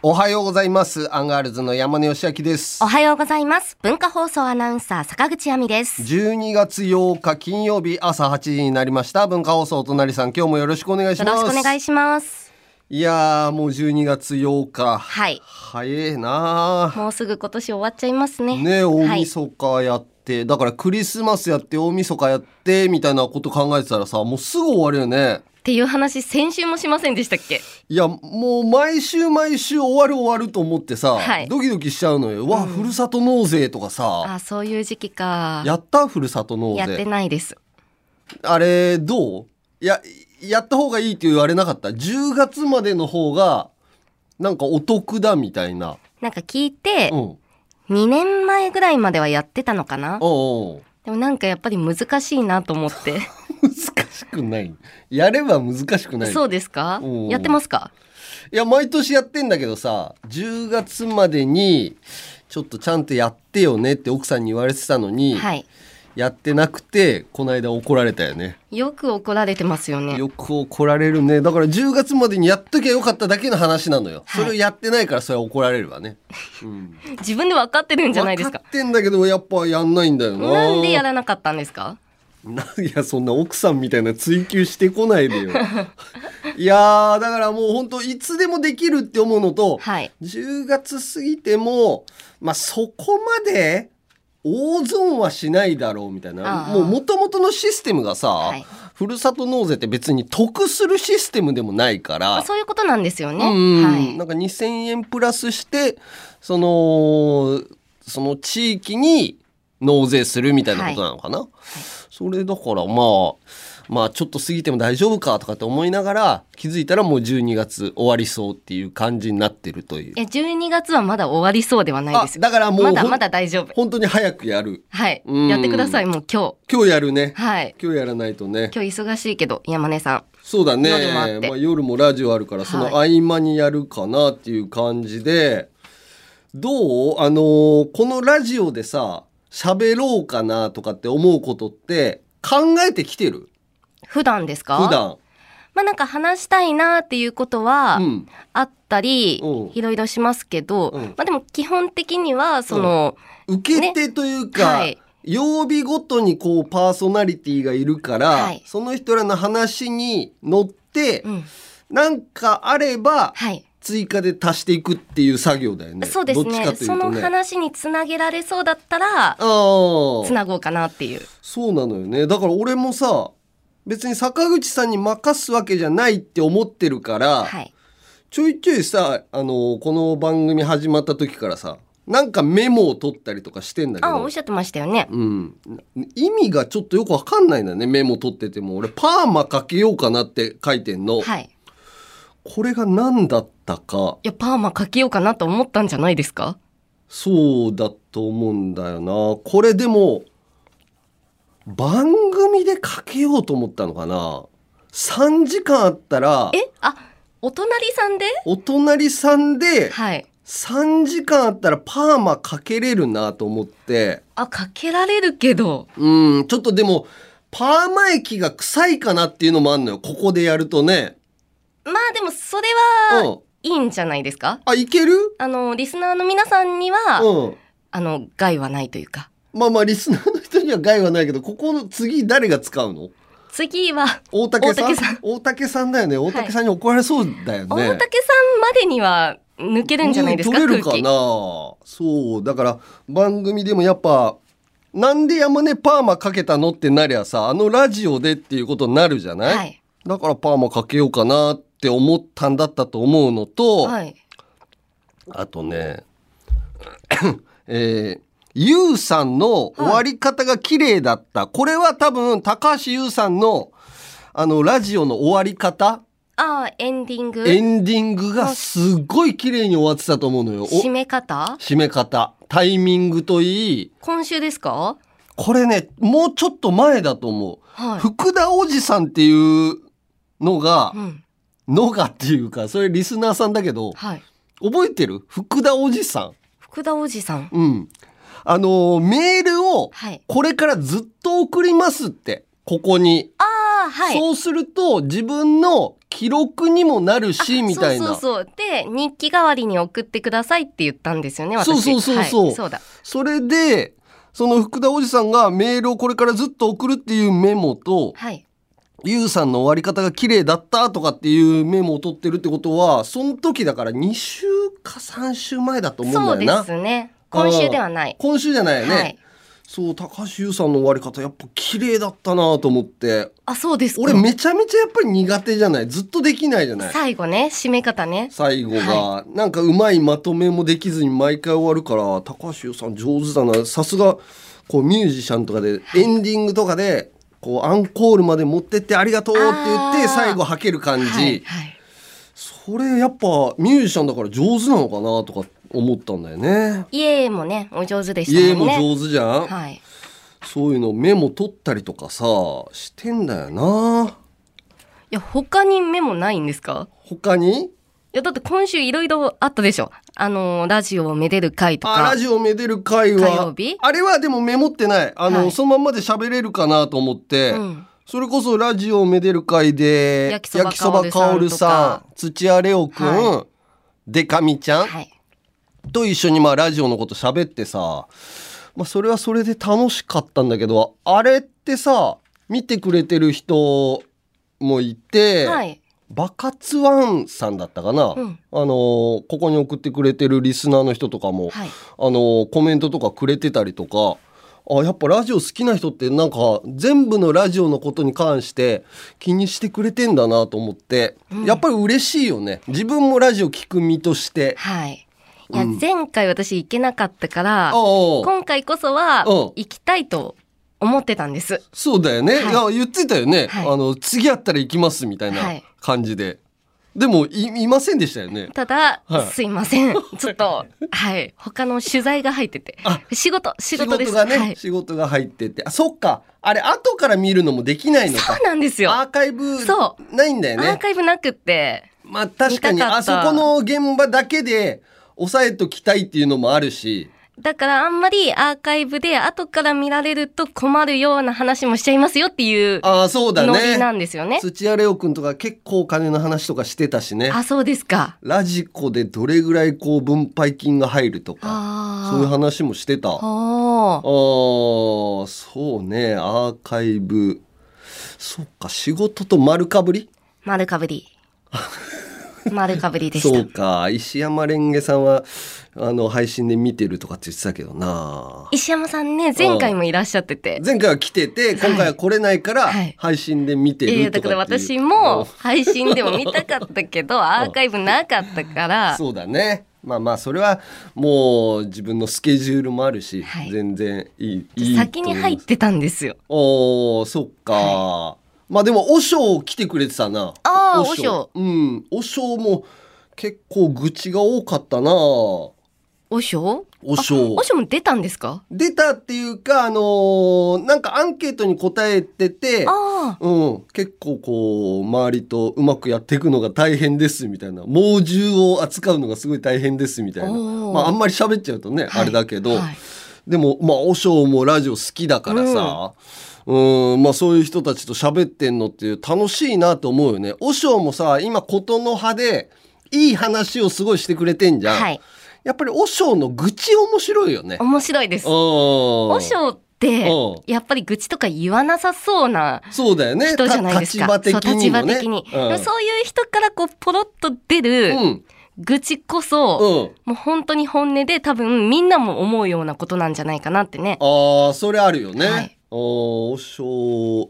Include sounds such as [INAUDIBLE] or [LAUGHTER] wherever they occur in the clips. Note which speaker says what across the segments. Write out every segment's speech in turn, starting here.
Speaker 1: おはようございます。アンガールズの山根義明です
Speaker 2: お。はようございます。文化放送アナウンサー坂口亜美です。
Speaker 1: 12月8日金曜日朝8時になりました。文化放送お隣さん、今日もよろしくお願いし
Speaker 2: よ
Speaker 1: ま
Speaker 2: ろ
Speaker 1: す。
Speaker 2: しくお願いします。
Speaker 1: いやー、もう12月8日。
Speaker 2: はい
Speaker 1: 早えな
Speaker 2: もうすぐ今年終わっちゃいますね。
Speaker 1: ー。ね、大
Speaker 2: はい
Speaker 1: 晦日やって、だからクリスマスやって、大晦日やって、みたいなこと考えてたらさ、もうすぐ終わるよね。
Speaker 2: っていう話先週もしませんでしたっけ
Speaker 1: いやもう毎週毎週終わる終わると思ってさ、
Speaker 2: はい
Speaker 1: ドキドキしちゃうのよ。わ、ふるさと納税とかさ、
Speaker 2: あ、そういう時期か。
Speaker 1: やったふるさと納
Speaker 2: やって
Speaker 1: 税。
Speaker 2: ないです。
Speaker 1: あれどういややった方がいいって言われなかった。10月までの方がなんかお得だみたいな。
Speaker 2: なんか聞いて
Speaker 1: う、ん。
Speaker 2: 2年前ぐらいまではやってたのかな
Speaker 1: おうおう
Speaker 2: でもなんかやっぱり難しいなと思って。
Speaker 1: 難しくない。やれば難しく [LAUGHS] ない。
Speaker 2: そうですか
Speaker 1: うん
Speaker 2: やってますか
Speaker 1: いや毎年やってんだけどさ、10月までにちょっとちゃんとやってよねって奥さんに言われてたのに。
Speaker 2: はい。
Speaker 1: やってなくてこの間怒られたよね
Speaker 2: よく怒られてますよね。
Speaker 1: よく怒られるねだから10月までにやっときゃよかっただけの話なのよ、
Speaker 2: はい
Speaker 1: それをやってないからそれは怒られるわね、うん、
Speaker 2: 自分で分かってるんじゃないですか
Speaker 1: 分。ってんだけどやっぱやんないんだよな
Speaker 2: なんでや
Speaker 1: ら
Speaker 2: らなかったんですか
Speaker 1: いやそんな奥さんみたいな追求してこない
Speaker 2: [LAUGHS]
Speaker 1: でよいやーだからもうほんといつでもできるって思うのと、
Speaker 2: はい。
Speaker 1: 10月過ぎてもまあそこまで大損はしないだろうみたいな
Speaker 2: ああ
Speaker 1: もう元々のシステムがさ、
Speaker 2: はい
Speaker 1: ふるさと納税って別に得するシステムでもないから
Speaker 2: あそういうことなんですよね。
Speaker 1: うん
Speaker 2: はい
Speaker 1: な。んか2,000円プラスしてそのその地域に納税するみたいなことなのかな、それだからまあまあちょっと過ぎても大丈夫かとかって思いながら気づいたらもう12月終わりそうっていう感じになってるという
Speaker 2: い。や12月はまだ終わりそうではない
Speaker 1: あ
Speaker 2: ですよ
Speaker 1: だからもう
Speaker 2: まだ
Speaker 1: ほん
Speaker 2: まだ大丈夫
Speaker 1: 本当に早くやる
Speaker 2: はい
Speaker 1: うん
Speaker 2: やってくださいもう今
Speaker 1: 今日やるね
Speaker 2: 日はい
Speaker 1: 今日やらないとね
Speaker 2: 今日忙しいけど山根さ
Speaker 1: そうだね
Speaker 2: 夜もあって
Speaker 1: まあ、夜もラジオあるからその合間にやるかなっていう感じで、どうあのーこのラジオでさ喋ろうかなとかって思うことって考えてきてる
Speaker 2: ん普段ですか
Speaker 1: 普段
Speaker 2: まあなんか話したいなっていうことは
Speaker 1: うん
Speaker 2: あったり
Speaker 1: うん
Speaker 2: いろいろしますけど、
Speaker 1: うん
Speaker 2: まあでも基本的にはその、
Speaker 1: 受け手というか、
Speaker 2: ねはい
Speaker 1: 曜日ごとにこうパーソナリティがいるから、
Speaker 2: はい
Speaker 1: その人らの話に乗って、
Speaker 2: うん
Speaker 1: なんかあれば
Speaker 2: はい
Speaker 1: 追加で足していくっていう作業だよね。
Speaker 2: そうです
Speaker 1: どっち
Speaker 2: ね
Speaker 1: かという
Speaker 2: そ
Speaker 1: と
Speaker 2: の
Speaker 1: ね。
Speaker 2: 話につなげられそうだったら
Speaker 1: ああ。
Speaker 2: つなごうかなっていう
Speaker 1: そうなのよね。だから俺もさ、別に坂口さんに任すわけじゃないって思ってるから、
Speaker 2: はい
Speaker 1: ちょいちょいさ、あの、この番組始まった時からさ、なんかメモを取ったりとかしてんだけ
Speaker 2: あお
Speaker 1: ど
Speaker 2: っ、しゃってましたよね
Speaker 1: うん。意味がちょっとよくわかんないんだよね、メモ取ってても。俺、パーマかけようかなって書いてんの。
Speaker 2: はい
Speaker 1: これが何だったか、
Speaker 2: いやパーマかけようかなと思ったんじゃないですか
Speaker 1: そうだと思うんだよな。これでも、番組でかけようと思ったのかな。3時間あったら、
Speaker 2: えあお隣さんで
Speaker 1: お隣さんで
Speaker 2: はい
Speaker 1: 3時間あったらパーマかけれるなと思って、
Speaker 2: あかけられるけど
Speaker 1: うん、ちょっとでも、パーマ液が臭いかなっていうのもあんのよ。ここでやるとね。
Speaker 2: まあでもそれ
Speaker 1: う
Speaker 2: は
Speaker 1: ん。
Speaker 2: いいんじゃないですか
Speaker 1: あ、いける
Speaker 2: あのリスナーの皆さんには、
Speaker 1: うん。
Speaker 2: あの害はないというか
Speaker 1: まあまあ、リスナーの人には害はないけど、ここの次誰が使うの
Speaker 2: 次は
Speaker 1: 大竹さん
Speaker 2: 大竹さん
Speaker 1: 大竹さんだよね大竹さんに怒られそうだよね、
Speaker 2: 大竹さんまでには抜けるんじゃないですか、
Speaker 1: うん取れるか
Speaker 2: 空
Speaker 1: な
Speaker 2: 気
Speaker 1: そうだから番組でもやっぱなんで山根パーマかけたのってなりゃさあのラジオでっていうことになるじゃない、
Speaker 2: はい
Speaker 1: だからパーマかけようかなって思ったんだったと思うのと、
Speaker 2: はい
Speaker 1: あとね [COUGHS] えーゆうさんの終わり方が綺麗だった、これは多分高橋ゆうさんのあのラジオの終わり方
Speaker 2: ああエンディング
Speaker 1: エンディングがすっごい綺麗に終わってたと思うのよ。お
Speaker 2: 締め方
Speaker 1: 締め方、タイミングといい。
Speaker 2: 今週ですか
Speaker 1: これね、もうちょっと前だと思う。
Speaker 2: は
Speaker 1: 福田おじさんっていうのが
Speaker 2: い、う、ん、
Speaker 1: のがっていうか、それリスナーさんだけど、
Speaker 2: はい
Speaker 1: 覚えてる福田おじさ
Speaker 2: 福田おじさん
Speaker 1: ん。うん。あのー、メールを
Speaker 2: はい
Speaker 1: これからずっと送りますって、ここに。
Speaker 2: あああはい
Speaker 1: そうすると自分の記録にもなるしみたい
Speaker 2: そう
Speaker 1: な
Speaker 2: そうそうで日記代わりに送ってくださいって言ったんですよね私
Speaker 1: そうそうそうそう
Speaker 2: はい、そうだ
Speaker 1: それでその福田おじさんがメールをこれからずっと送るっていうメモと
Speaker 2: はい
Speaker 1: ゆうさんの終わり方が綺麗だったとかっていうメモを取ってるってことはその時だから2週か3週前だと思
Speaker 2: そう
Speaker 1: うんだ
Speaker 2: で
Speaker 1: よな
Speaker 2: すね今週ではない
Speaker 1: 今週じゃないよね、
Speaker 2: はい
Speaker 1: そう高橋優さんの終わり方やっぱ綺麗だったなと思って
Speaker 2: あそうですか
Speaker 1: 俺めちゃめちゃやっぱり苦手じゃないずっとできないじゃない
Speaker 2: 最後ね締め方ね
Speaker 1: 最後が、
Speaker 2: は
Speaker 1: なんかうまいまとめもできずに毎回終わるから高橋優さん上手だなさすがこうミュージシャンとかでエンディングとかでこうアンコールまで持ってってありがとうって言っ
Speaker 2: あー
Speaker 1: て最後吐ける感じ、
Speaker 2: はいはい
Speaker 1: それやっぱミュージシャンだから上手なのかなとか思ったんだよね。
Speaker 2: 家もねお上手でした
Speaker 1: 家
Speaker 2: も
Speaker 1: も
Speaker 2: んね
Speaker 1: 上手じゃん、
Speaker 2: はい
Speaker 1: そういうのメモ取ったりとかさしてんだよない
Speaker 2: や他にメモないんですか
Speaker 1: 他に
Speaker 2: いやだって今週いろいろあったでしょあのーラジオをめでる会と
Speaker 1: あ
Speaker 2: か
Speaker 1: ラジオめでる会は
Speaker 2: 火曜日
Speaker 1: あれはでもメモってないあの、
Speaker 2: はい
Speaker 1: そのまんまで喋れるかなと思って、
Speaker 2: うん
Speaker 1: それこそラジオめでる会で
Speaker 2: 焼きそば
Speaker 1: かおるさん土屋レオくん、
Speaker 2: は
Speaker 1: でかみちゃん、
Speaker 2: はい
Speaker 1: と一緒にまあラジオのこと喋ってさ、まあ、それはそれで楽しかったんだけどあれってさ見てくれてる人もいて、
Speaker 2: はい
Speaker 1: バカツワンさんだったかな、
Speaker 2: うん
Speaker 1: あのーここに送ってくれてるリスナーの人とかも、
Speaker 2: はい
Speaker 1: あのーコメントとかくれてたりとかあやっぱラジオ好きな人ってなんか全部のラジオのことに関して気にしてくれてんだなと思って、やっぱり嬉しいよね自分もラジオ聞く身として。
Speaker 2: はいいや、前回私行けなかったから
Speaker 1: ああ
Speaker 2: 今回こそは
Speaker 1: うん
Speaker 2: 行きたいと思ってたんです
Speaker 1: そうだよね、
Speaker 2: はい
Speaker 1: い、や言ってたよね、
Speaker 2: はい
Speaker 1: あの次会ったら行きますみたい
Speaker 2: は
Speaker 1: ない感じで、でもいいませんでしたよね
Speaker 2: ただ、
Speaker 1: はい
Speaker 2: すいませんちょっとはい他の取材が入ってて
Speaker 1: あ
Speaker 2: 仕事仕
Speaker 1: 仕
Speaker 2: 事
Speaker 1: 事
Speaker 2: です
Speaker 1: がね、
Speaker 2: はい、そ
Speaker 1: 仕事が入っててあそっかあれ後から見るのもできないのか
Speaker 2: うなんですよ
Speaker 1: アーカイブ
Speaker 2: そ
Speaker 1: ないんだよ
Speaker 2: アー
Speaker 1: ね
Speaker 2: カイブなくって
Speaker 1: まあ確か
Speaker 2: 見
Speaker 1: に
Speaker 2: たか
Speaker 1: あ
Speaker 2: った
Speaker 1: そこの現場だけで抑えときたいっていうのもあるし
Speaker 2: だからあんまりアーカイブで後から見られると困るような話もしちゃいますよっていう
Speaker 1: ああそうだ
Speaker 2: ノリな
Speaker 1: ね
Speaker 2: んですよね。
Speaker 1: 土屋レオくんとか結構お金の話とかしてたしね
Speaker 2: あ、そうですか。
Speaker 1: ラジコでどれぐらいこう分配金が入るとか
Speaker 2: あ
Speaker 1: そういう話もしてた
Speaker 2: あ。お
Speaker 1: あ
Speaker 2: ー
Speaker 1: ーそうねアーカイブそっか仕事と丸かぶり
Speaker 2: 丸か
Speaker 1: [LAUGHS]
Speaker 2: ぶり。丸かぶりでし
Speaker 1: そう
Speaker 2: た。
Speaker 1: か石山レンゲさんはあの配信で見てるとかって言ってたけどな
Speaker 2: 石山さんね、前回もいらっしゃってて。
Speaker 1: 前回は来てて今回は来れないから
Speaker 2: はい
Speaker 1: 配信で見て
Speaker 2: ええ
Speaker 1: る
Speaker 2: だ
Speaker 1: と
Speaker 2: から
Speaker 1: かっていう、
Speaker 2: 私も配信でも見たかったけど、アーカイブなかったから、
Speaker 1: そうだねまあまあそれはもう自分のスケジュールもあるし、
Speaker 2: はい
Speaker 1: 全然いいいい
Speaker 2: 先に入ってたんですよ。
Speaker 1: おーそっか、まあでも和尚来てくれてたな
Speaker 2: あー
Speaker 1: うん和尚も結構愚痴が多かったな和
Speaker 2: おしょ
Speaker 1: 尚
Speaker 2: おしょも出たんですか
Speaker 1: 出たっていうかあのーなんかアンケートに答えてて
Speaker 2: ああ。
Speaker 1: うん、結構こう周りとうまくやっていくのが大変ですみたいな猛獣を扱うのがすごい大変ですみたいな、
Speaker 2: おー
Speaker 1: まあ、あんまり喋っちゃうとね、
Speaker 2: はい
Speaker 1: あれだけど、
Speaker 2: はい
Speaker 1: でもまあ和尚もラジオ好きだからさ、うん、まあそういう人たちと喋ってんのっていう楽しいなと思うよね和尚もさ今ことの葉でいい話をすごいしてくれてんじゃん、
Speaker 2: はい。
Speaker 1: やっぱり和尚の愚痴面白いよね
Speaker 2: 面白いです。
Speaker 1: 和
Speaker 2: 和尚って
Speaker 1: うん
Speaker 2: やっぱり愚痴とか言わなさそうな
Speaker 1: そうだよね
Speaker 2: 人じゃないですか。
Speaker 1: た立場的にもね
Speaker 2: そう立場的に
Speaker 1: うん
Speaker 2: でもそういう人からこうポロッと出
Speaker 1: う
Speaker 2: る
Speaker 1: ん
Speaker 2: 愚痴こそ、
Speaker 1: うん
Speaker 2: もう本当に本音で多分みんなも思うようなことなんじゃないかなってね。
Speaker 1: ああそれあるよね。
Speaker 2: はい
Speaker 1: おお尚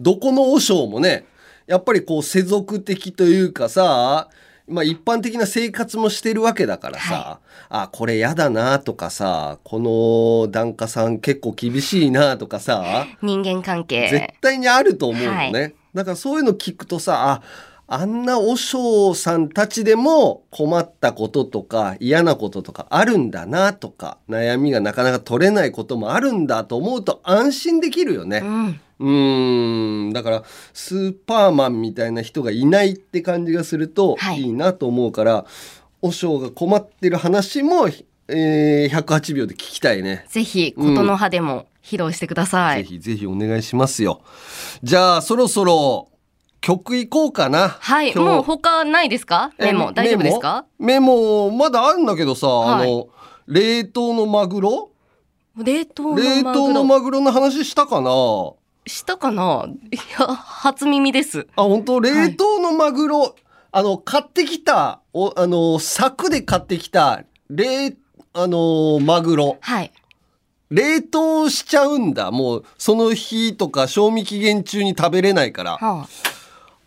Speaker 1: どこの和尚もねやっぱりこう世俗的というかさまあ一般的な生活もしてるわけだからさ、あこれやだなとかさこの檀家さん結構厳しいなとかさ
Speaker 2: 人間関
Speaker 1: 絶
Speaker 2: 係。
Speaker 1: 対にあると思うのね、
Speaker 2: は
Speaker 1: だからそういうの聞くとさああんな和尚さんたちでも困ったこととか嫌なこととかあるんだなとか悩みがなかなか取れないこともあるんだと思うと安心できるよね。
Speaker 2: うん。
Speaker 1: うーんだからスーパーマンみたいな人がいないって感じがすると
Speaker 2: はい
Speaker 1: いいなと思うから、和尚が困ってる話もえー、108秒で聞きたいね。
Speaker 2: ぜひ、ことの葉でも披露してください。
Speaker 1: ぜひぜひお願いしますよ。じゃあそろそろ曲いこうかな。
Speaker 2: はい、
Speaker 1: 今日
Speaker 2: もう他ないですかメモ、
Speaker 1: え
Speaker 2: 大丈夫ですか
Speaker 1: メモメモまだあるんだけどさ、
Speaker 2: はい
Speaker 1: あの冷凍のマグロ
Speaker 2: 冷凍
Speaker 1: 冷
Speaker 2: のマ
Speaker 1: 凍
Speaker 2: グ
Speaker 1: の
Speaker 2: ロ。
Speaker 1: マグロの話したかなあ
Speaker 2: したかないや、初耳です。
Speaker 1: 本当冷凍のマグロ、あの買ってきたおあの柵で買ってきた冷あのマグロ
Speaker 2: はい。
Speaker 1: 冷凍しちゃうんだもうその日とか賞味期限中に食べれないから
Speaker 2: は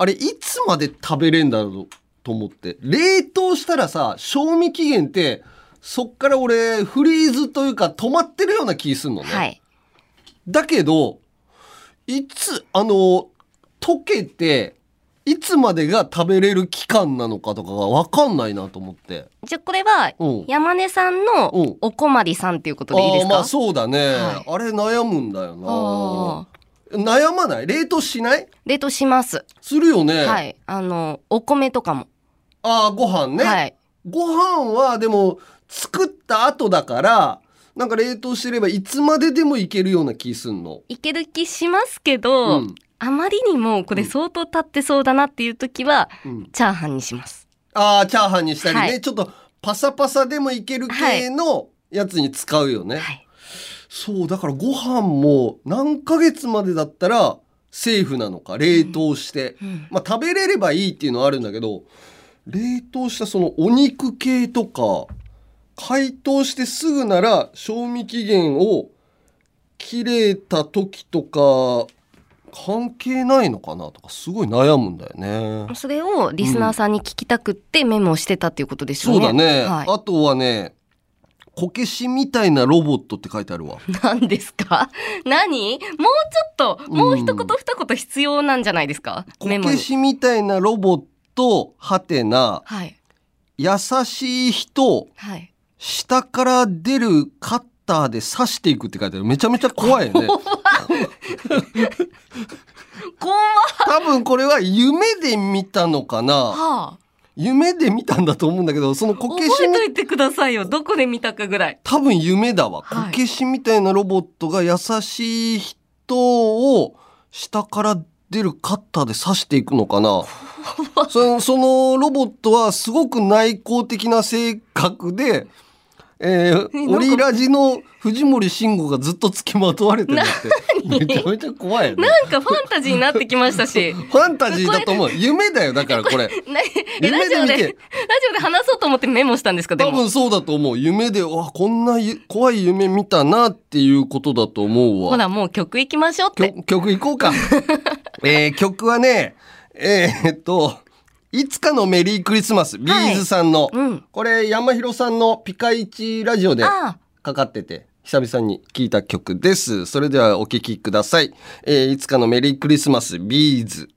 Speaker 1: あれいつまで食べれんだろうと思って冷凍したらさ賞味期限ってそっから俺フリーズというか止まってるような気すんの
Speaker 2: あ、
Speaker 1: ね、
Speaker 2: はい。
Speaker 1: だけどいつあの溶けていつまでが食べれる期間なのかとかが分かんないなと思って
Speaker 2: じゃあこれは、
Speaker 1: うん
Speaker 2: 山根さんの
Speaker 1: うん
Speaker 2: おこまりさんっていうことでいいです
Speaker 1: あーま
Speaker 2: か
Speaker 1: あそうだね、
Speaker 2: はい
Speaker 1: あれ悩むんだよ
Speaker 2: あ
Speaker 1: な悩まない冷凍しない
Speaker 2: ー冷凍します。
Speaker 1: するよね、
Speaker 2: はい。あの、お米とかも。
Speaker 1: ああご飯ね、
Speaker 2: はい。
Speaker 1: ご飯はでも作った後だからなんか冷凍してればいつまででもいけるような気すんの。
Speaker 2: いける気しますけど、
Speaker 1: うん
Speaker 2: あまりにもこれ相当経ってそうだなっていう時は、
Speaker 1: うん、
Speaker 2: チャーハンにします。
Speaker 1: ああチャーハンにしたりね、
Speaker 2: はい
Speaker 1: ちょっとパサパサでもいける系のやつに使うよね。
Speaker 2: はい。
Speaker 1: そうだからご飯も何ヶ月までだったらセーフなのか冷凍して、
Speaker 2: うん
Speaker 1: まあ、食べれればいいっていうのはあるんだけど冷凍したそのお肉系とか解凍してすぐなら賞味期限を切れた時とか関係ないのかなとかすごい悩むんだよね。
Speaker 2: それをリスナーさんに聞きたくってメモしてたっていうことでし
Speaker 1: そ
Speaker 2: ょ
Speaker 1: うう
Speaker 2: ね。
Speaker 1: だね、
Speaker 2: は
Speaker 1: あとはね「こけしみたいなロボット」って書いてあるわ。
Speaker 2: い。何ですか [LAUGHS] 何もうちょっと、もう一言
Speaker 1: うん
Speaker 2: 二言必要なんじゃないですか
Speaker 1: こ
Speaker 2: メモ
Speaker 1: け
Speaker 2: に。
Speaker 1: しみたいなロボットはてな
Speaker 2: はい。
Speaker 1: 優しい人
Speaker 2: はい。
Speaker 1: 下から出るカッターで刺していくって書いてあるめちゃめちゃ怖い
Speaker 2: [LAUGHS]
Speaker 1: よね
Speaker 2: こんは。
Speaker 1: 多分これは夢で見たのかな
Speaker 2: はあ、
Speaker 1: 夢で見たんだと思うんだけどそのこ
Speaker 2: 覚
Speaker 1: けし
Speaker 2: え
Speaker 1: み
Speaker 2: といてくださいよ。どこで見たかぐ
Speaker 1: [LAUGHS]
Speaker 2: らい。
Speaker 1: 多分夢だわ、
Speaker 2: はい
Speaker 1: こけしみたいなロボットが優しい人を下から出るカッターで刺していくのかなそのそのロボットはすごく内向的な性格で、え
Speaker 2: えなん
Speaker 1: ー、
Speaker 2: か
Speaker 1: オリラジの藤森慎吾がずっと付きまとわれてるんだっ
Speaker 2: [LAUGHS]
Speaker 1: てめちゃめちゃ怖いよね
Speaker 2: なんかファンタジーになってきまし
Speaker 1: [LAUGHS]
Speaker 2: たし。
Speaker 1: ファンタジーだと思う夢だよだからこれ
Speaker 2: なえ
Speaker 1: 夢
Speaker 2: ラジ
Speaker 1: で
Speaker 2: オ
Speaker 1: 見
Speaker 2: で、ラジ
Speaker 1: て
Speaker 2: オで話そうと思ってメモしたんですかで
Speaker 1: 多
Speaker 2: も。
Speaker 1: 分そうだと思う夢でわこんなゆ怖い夢見たなっていうことだと思うわ
Speaker 2: ほら、もう曲行きましょうって。
Speaker 1: 曲曲いこう
Speaker 2: [LAUGHS]
Speaker 1: か。えー曲はね、えーっと、いつかのメリークリスマス、ビーズさんの、
Speaker 2: うん。
Speaker 1: これ山広さんのピカイチラジオで
Speaker 2: ああ、
Speaker 1: かかってて、久々に聞いた曲です。それではお聴きください。えーいつかのメリークリスマス、ビーズ。